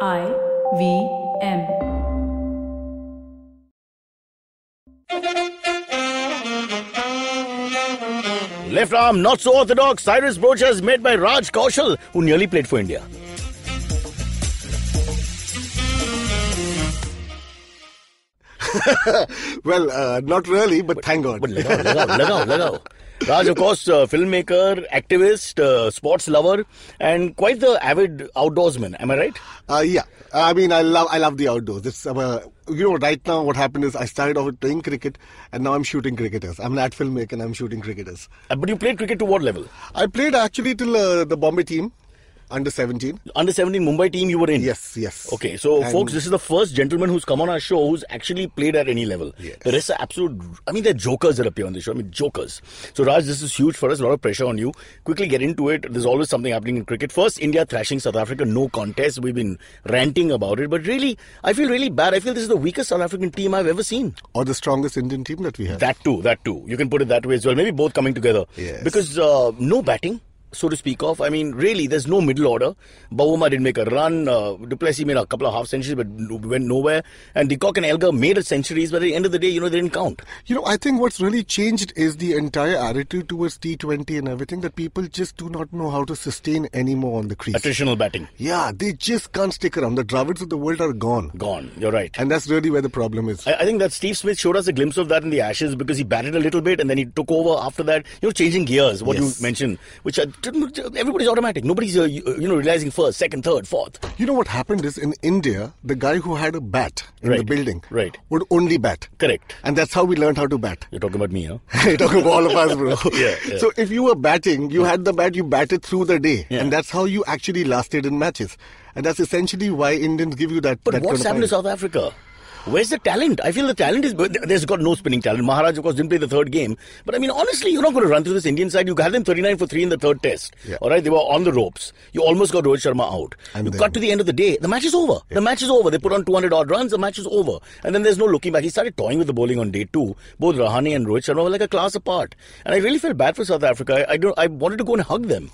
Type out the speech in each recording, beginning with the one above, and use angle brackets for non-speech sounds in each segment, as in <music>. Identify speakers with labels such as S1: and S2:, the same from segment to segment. S1: I V M.
S2: Left arm, not so orthodox. Cyrus Brocha is made by Raj Kaushal, who nearly played for India.
S3: Well, uh, not really, but, thank God.
S2: But लगाओ, लगाओ, लगाओ, लगाओ. Raj, of course, uh, filmmaker, activist, uh, sports lover, and quite the avid outdoorsman. Am I right?
S3: Uh, yeah, I mean, I love I love the outdoors. It's, I'm a- you know, right now what happened is I started off playing cricket, and now I'm shooting cricketers. I'm an ad filmmaker, and I'm shooting cricketers.
S2: Uh, but you played cricket to what level?
S3: I played actually till uh, the Bombay team, under 17.
S2: Under 17 Mumbai team you were in?
S3: Yes, yes.
S2: Mm. Okay, so
S3: And-
S2: folks, this is the first gentleman who's come on our show who's actually played at any level.
S3: Yes.
S2: The rest are absolute. I mean, they're jokers that appear on the show. I mean, jokers. So, Raj, this is huge for us. A lot of pressure on you. Quickly get into it. There's always something happening in cricket. First, India thrashing South Africa. No contest. We've been ranting about it, but really, I feel really bad. I feel this is the weakest South African team I've ever seen.
S3: Or the strongest Indian team that we have.
S2: That too, that too. You can put it that way as well. Maybe both coming together.
S3: Yes.
S2: Because uh, no batting, so to speak, of. I mean, really, there's no middle order. Bawuma didn't make a run. Uh, Duplessis made a couple of half centuries, but no- went nowhere. And Decock and Elgar made it centuries, but at the end of the day, you know, they didn't count.
S3: You know, I think what's really changed is the entire attitude towards T20 and everything that people just do not know how to sustain anymore on the crease.
S2: Attritional batting,
S3: Yeah, they just can't stick around. The Dravids of the world are gone.
S2: gone. You're right.
S3: And that's really where the problem is.
S2: I, I think that Steve Smith showed us a glimpse of that in the Ashes because he batted a little bit and then he took over after that. You know, changing gears, what
S3: Yes.
S2: you mentioned, which I, didn't- everybody's automatic. Nobody's, uh, you, you know, realizing first, second, third, fourth.
S3: You know what happened is in India, the guy who had a bat in the
S2: Right,
S3: building
S2: right.
S3: would only bat.
S2: Correct.
S3: And that's how we learned how to bat. <laughs>
S2: You're talking about me, huh?
S3: You're talking about all of us, bro.
S2: <laughs> Yeah, yeah.
S3: So if you were batting, you had the bat, you batted through the day.
S2: Yeah.
S3: And that's how you actually lasted in matches. And that's essentially why Indians give you that.
S2: But
S3: that
S2: what's
S3: kind
S2: happened to
S3: of
S2: South Africa? Where's the talent? I feel the talent is. but There's got no spinning talent. Maharaj, of course, didn't play the third game. But I mean, honestly, you're not going to run through this Indian side. You had them 39 for 3 in the third test.
S3: Yeah.
S2: All right, they were on the ropes. You almost got Rohit Sharma out.
S3: And
S2: you
S3: then-
S2: got to the end of the day. The match is over. The match is over. They put on 200 odd runs. The match is over. And then there's no looking back. He started toying with the bowling on day two. Both Rahane and Rohit Sharma were like a class apart. And I really felt bad for South Africa. I, I don't. I wanted to go and hug them.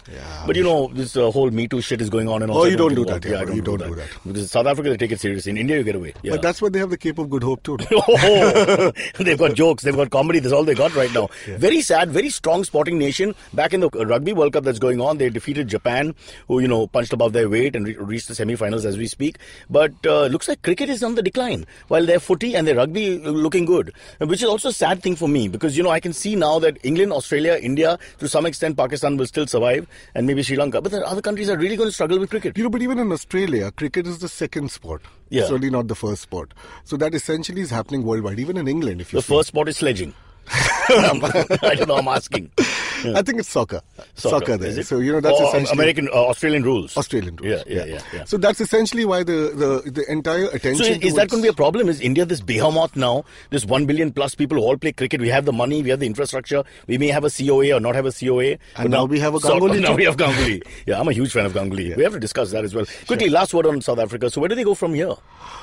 S2: but you know, this uh, whole Me Too shit is going on and all.
S3: Oh,
S2: so I
S3: you don't do
S2: give up.
S3: that, yeah,
S2: I
S3: bro. You don't do that.
S2: because South Africa, they take it seriously. In India, you get away. Yeah.
S3: But that's why they have the Cape of Good Hope too.
S2: <laughs>
S3: <laughs>
S2: Oh, they've got jokes, they've got comedy, that's all they got right now. Very sad, very strong sporting nation. Back in the Rugby World Cup that's going on, they defeated Japan, who, you know, punched above their weight and re- reached the semi finals as we speak. But uh, looks like cricket is on the decline, while their footy and their rugby uh, looking good, which is also a sad thing for me because, you know, I can see now that England, Australia, India, to some extent, Pakistan will still survive and maybe Sri Lanka. But the other countries are really going to struggle with cricket.
S3: You know, but even in Australia, cricket is the second sport.
S2: Yeah.
S3: It's only not the first sport. So that essentially is happening worldwide, even in England, if you
S2: The
S3: see.
S2: first sport is
S3: <laughs>
S2: sledging. I don't know. I'm <laughs> asking.
S3: I think it's soccer. Soccer,
S2: is
S3: there.
S2: it?
S3: So you know that's
S2: Or
S3: essentially
S2: American uh, Australian rules.
S3: Australian rules.
S2: Yeah, yeah, yeah. yeah.
S3: So that's essentially why the the, the entire
S2: So
S3: attention.
S2: is, is that
S3: towards-
S2: going to be a problem? Is India this behemoth now? This one billion plus people who all play cricket. We have the money, we have the infrastructure. We may have a COA or not have a COA. but
S3: now we have a
S2: sort of-
S3: Ganguly
S2: now
S3: too.
S2: we have
S3: <laughs>
S2: Ganguly. Yeah, I'm a huge fan of Ganguly. We have to discuss that as well. Quickly, last word on South Africa. So where do they go from here?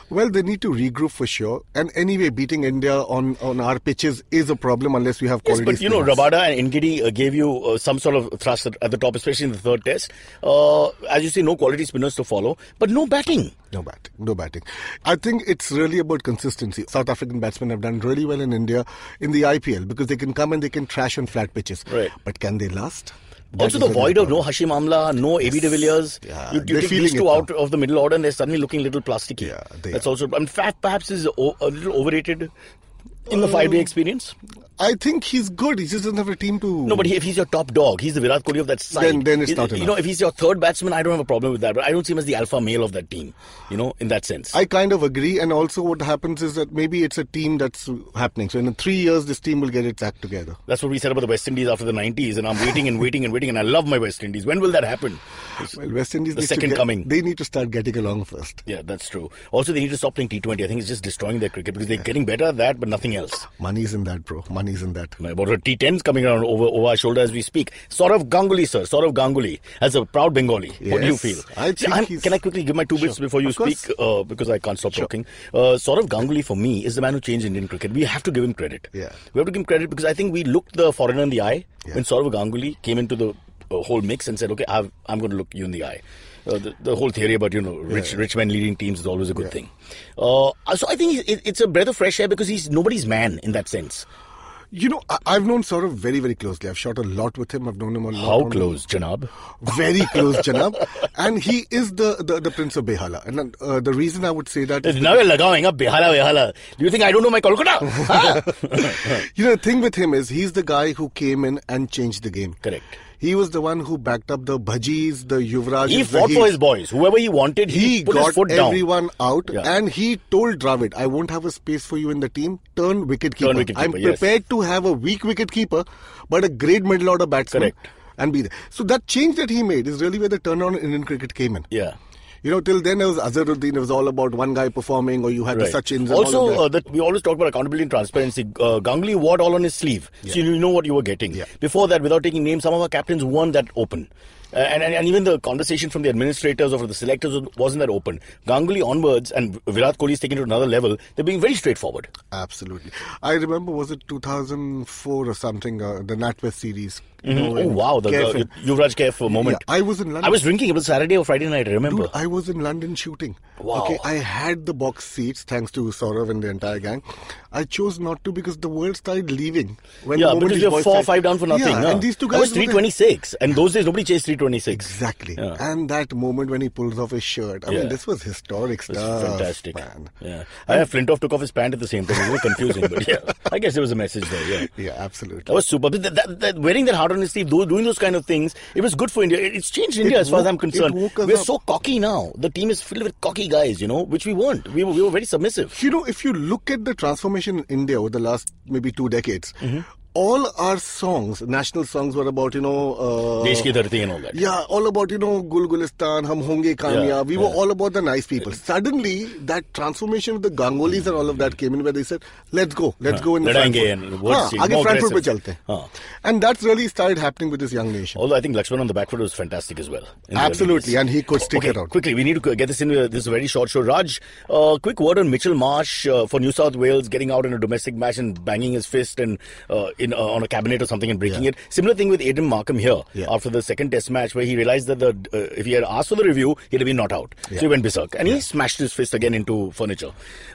S3: Well, they need to regroup for sure. And anyway, beating India on on our pitches is a problem unless we have
S2: Yes,
S3: quality.
S2: but you know,
S3: spinners.
S2: Rabada and Ngidi uh, gave you uh, some sort of thrust at, at the top, especially in the third test. Uh, as you say, no quality spinners to follow, but no batting.
S3: No batting, no batting. I think it's really about consistency. South African batsmen have done really well in India in the IPL because they can come and they can trash on flat pitches.
S2: Right.
S3: But can they last? That
S2: Also,
S3: is
S2: the
S3: really
S2: void
S3: a
S2: of
S3: problem.
S2: no Hashim Amla, no AB de Villiers.
S3: Yeah,
S2: you you
S3: they're
S2: take
S3: feeling
S2: these two
S3: it
S2: out of the middle order and they're suddenly looking a little plasticky.
S3: Yeah, they
S2: That's
S3: are.
S2: also. And Fab perhaps is o- a little overrated in the
S3: Mm.
S2: five day experience.
S3: I think he's good. He just doesn't have a team to.
S2: No, but he, if he's your top dog, he's the Virat Kohli of that side.
S3: Then- then it's
S2: You-
S3: not
S2: You
S3: enough.
S2: know, if he's your third batsman, I don't have a problem with that, but I don't see him as the alpha male of that team, you know, in that sense.
S3: I kind of agree, and also what happens is that maybe it's a team that's happening. So in three years, this team will get its act together.
S2: That's what we said about the West Indies after the 90s, and I'm waiting and waiting and waiting, and I love my West Indies. When will that happen?
S3: Well, West Indies
S2: The
S3: needs to
S2: second
S3: get-
S2: coming.
S3: They need to start getting along first.
S2: Yeah, that's true. Also, they need to stop playing T20. I think it's just destroying their cricket because they're getting better at that, but nothing else.
S3: Money's in that, bro. Money's in that.
S2: My About T10s coming around over, over our shoulder as we speak. Saurav Ganguly, sir. Saurav Ganguly, as a proud Bengali. What do you
S3: Yes.
S2: feel?
S3: I think
S2: I'm-
S3: he's-
S2: Can I quickly give my two bits before you
S3: Of course.
S2: speak? Uh, because I can't stop talking. Uh, Saurav Ganguly, for me, is the man who changed Indian cricket. We have to give him credit.
S3: Yeah.
S2: We have to give him credit because I think we looked the foreigner in the eye
S3: Yeah.
S2: when Saurav Ganguly came into the uh, whole mix and said, okay, I've, I'm going to look you in the eye. uh, the, the whole theory about you know rich rich men leading teams is always a good thing. Uh, so I think he's, it, it's a breath of fresh air because he's nobody's man in that sense.
S3: You know, I, I've known Saurav very, very closely. I've shot a lot with him. I've known him a lot.
S2: How
S3: on-
S2: close, Janab?
S3: <laughs> Very close, Janab. And he is the, the, the Prince of Behala. And uh, the reason I would say that is
S2: Now you're lagawing up Behala, Behala. Do you think I don't know my
S3: <laughs>
S2: Kolkata? Huh? <laughs>
S3: you know, the thing with him is he's the guy who came in and changed the game.
S2: Correct.
S3: He was the one who backed up the Bhajis, the Yuvraj.
S2: he fought for his boys. Whoever he wanted, he,
S3: He
S2: put his
S3: got
S2: foot down.
S3: everyone out,
S2: Yeah.
S3: and he told Dravid, "I won't have a space for you in the team. Turn wicketkeeper.
S2: Turn wicketkeeper,
S3: I'm
S2: yes.
S3: prepared to have a weak wicketkeeper, but a great middle order batsman,
S2: Correct.
S3: and be there." So that change that he made is really where the turnaround in Indian cricket came in.
S2: Yeah.
S3: You know, till then it was Azharuddin. It was all about one guy performing, or you had
S2: Right.
S3: the Sachins. and all of
S2: also,
S3: that.
S2: uh, that we always talk about accountability and transparency. Uh, Ganguly wore it all on his sleeve, so you know what you were getting.
S3: Yeah.
S2: Before that, without taking names, some of our captains weren't that open, uh, and, and and even the conversation from the administrators or from the selectors wasn't that open. Ganguly onwards, and Virat Kohli is taken to another level. They're being very straightforward.
S3: Absolutely. I remember, was it 2004 or something, uh, the NatWest series? you
S2: Mhm.
S3: know,
S2: Oh
S3: in
S2: wow, the,
S3: Careful.
S2: the Yuvraj Kaif moment.
S3: Yeah, I was in London.
S2: I was drinking. It was Saturday or Friday night. I remember.
S3: Dude, I was in London shooting.
S2: Wow.
S3: Okay, I had the box seats thanks to Saurav and the entire gang. I chose not to because the world started leaving. When
S2: yeah,
S3: the moment
S2: because
S3: these
S2: you're
S3: boys
S2: four or
S3: started-
S2: five down for nothing.
S3: Yeah,
S2: huh?
S3: and these two
S2: That
S3: guys
S2: was
S3: were
S2: three
S3: there.
S2: twenty six, and those days nobody chased three twenty six.
S3: Exactly.
S2: Yeah.
S3: And that moment when he pulls off his shirt. I
S2: Yeah.
S3: mean, this was historic
S2: It's
S3: stuff.
S2: fantastic.
S3: uh, Man.
S2: Yeah, I have Flintoff took off his pant at the same time. It was confusing, but yeah, I guess there was a message there. Yeah.
S3: Yeah, absolutely.
S2: That was super. But that, that, that wearing that heart on his sleeve, tho- doing those kind of things, it was good for India. It- It's changed India as far as
S3: woke-
S2: I'm concerned.
S3: it woke us
S2: We're
S3: up.
S2: so cocky now. The team is filled with cocky guys, you know, which we weren't. We were, we were very submissive.
S3: You know, if you look at the transformation in India over the last maybe two decades,
S2: Mm-hmm.
S3: all our songs, national songs, were about, you know. Uh,
S2: Desh ki dharti and all that.
S3: yeah, all about, you know, Gul Gulistan, Hum Honge Kamya.
S2: Yeah,
S3: we were
S2: yeah.
S3: all about the nice people. Suddenly, that transformation of the Gangulis and all of that came in where they said, let's go, let's go in the
S2: लड़ेंगे
S3: Frankfurt.
S2: and words
S3: हाँ,
S2: change,
S3: आगे
S2: more
S3: Frankfurt पे
S2: aggressive.
S3: चलते हैं.
S2: हाँ.
S3: And that's really started happening with this young nation.
S2: Although I think Lakshman on the back foot was fantastic as well. in the
S3: Absolutely,
S2: early days.
S3: and he could stick
S2: okay,
S3: it out.
S2: Quickly, we need to get this in. Uh, this is a very short show. Raj, uh, quick word on Mitchell Marsh uh, for New South Wales getting out in a domestic match and banging his fist and uh, in uh, on a cabinet or something and breaking
S3: Yeah.
S2: it. Similar thing with Adam Markham here
S3: Yeah.
S2: after the second Test match where he realised that the uh, if he had asked for the review, he'd have been not out. So he went berserk and he smashed his fist again into furniture.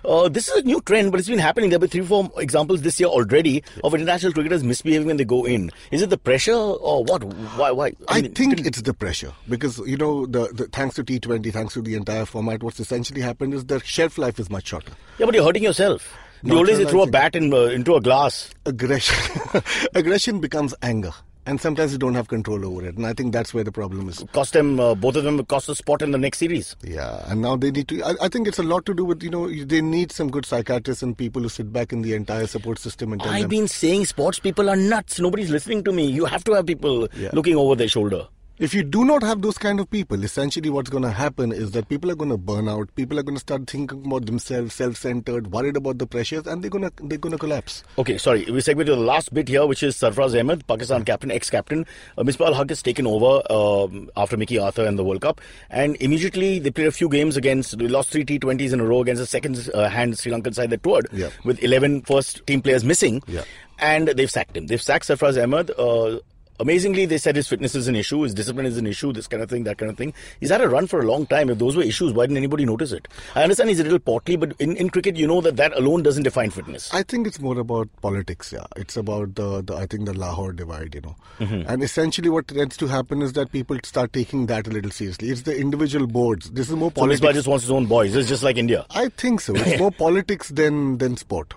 S2: Uh, this is a new trend, but it's been happening. There have been three, four examples this year already of international cricketers misbehaving when they go in. Is it the pressure or what? Why? Why?
S3: I,
S2: mean,
S3: think it's the pressure because you know the, the thanks to T20, thanks to the entire format, what's essentially happened is the shelf life is much shorter.
S2: Yeah, but you're hurting yourself. You
S3: Not
S2: always
S3: realizing-
S2: throw a bat in, uh, into a glass.
S3: Aggression, <laughs> aggression becomes anger, and sometimes you don't have control over it, and I think that's where the problem is.
S2: Cost them, uh, both of them cost a spot in the next series.
S3: Yeah, and now they need to. I, I think it's a lot to do with you know you- they need some good psychiatrists and people who sit back in the entire support system and tell
S2: I've
S3: them.
S2: been saying sports people are nuts. Nobody's listening to me. You have to have people
S3: Yeah.
S2: looking over their shoulder.
S3: If you do not have those kind of people, essentially what's going to happen is that people are going to burn out. People are going to start thinking about themselves, self-centered, worried about the pressures, and they're going to they're going to collapse.
S2: Okay, sorry. We segue to the last bit here, which is Sarfraz Ahmed,
S3: Hmm.
S2: Pakistan captain, ex-captain. Uh, Misbah Haq has taken over um, after Mickey Arthur and the World Cup, and immediately they played a few games against. They lost three T20s in a row against the second uh, hand Sri Lankan side that toured,
S3: Yeah.
S2: with 11 first team players missing,
S3: Yeah.
S2: and they've sacked him. They've sacked Sarfraz Ahmed. Uh, Amazingly, they said his fitness is an issue, his discipline is an issue, this kind of thing, that kind of thing. He's had a run for a long time. If those were issues, why didn't anybody notice it? I understand he's a little portly, but in, in cricket, you know that that alone doesn't define fitness.
S3: I think it's more about politics. Yeah, it's about the, the I think the Lahore divide. You know, and essentially what tends to happen is that people start taking that a little seriously. It's the individual boards. This is more
S2: So Misbah
S3: politics.
S2: just wants his own boys. It's just like India.
S3: I think so. It's more <laughs> politics than than sport.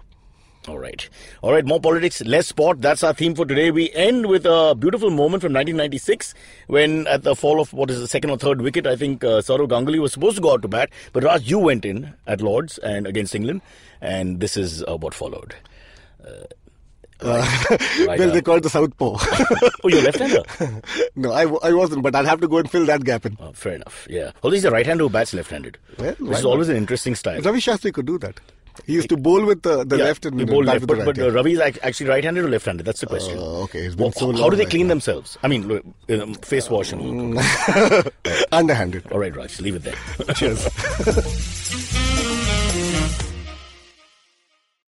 S2: All right. All right. More politics, less sport. That's our theme for today. We end with a beautiful moment from 1996 when, at the fall of what is the second or third wicket, I think uh, Saurav Ganguly was supposed to go out to bat. But Raj, you went in at Lord's and against England. And this is uh, what followed. <laughs> Uh, right.
S3: well, they
S2: right,
S3: call it the South Pole.
S2: uh, oh, you're left hander.
S3: <laughs> no, I, w- I wasn't, but I'll have to go and fill that gap in.
S2: <laughs> Oh, fair enough. Yeah. Although he's a right hander who bats left handed.
S3: Well,
S2: which
S3: why
S2: is
S3: not?
S2: always an interesting style.
S3: Ravi Shastri could do that. He used to bowl with uh, the, the
S2: Yeah,
S3: left and
S2: you bowl left,
S3: bat with
S2: but,
S3: the
S2: but
S3: right.
S2: uh, Ravi is act- actually right-handed or left-handed. That's the question.
S3: Oh, okay. It's been
S2: Wha-
S3: so
S2: how do
S3: long
S2: they
S3: right
S2: clean
S3: now.
S2: themselves? I mean, look, um, face wash and all.
S3: Underhanded.
S2: <laughs> All right, Raj, leave it there.
S3: Cheers.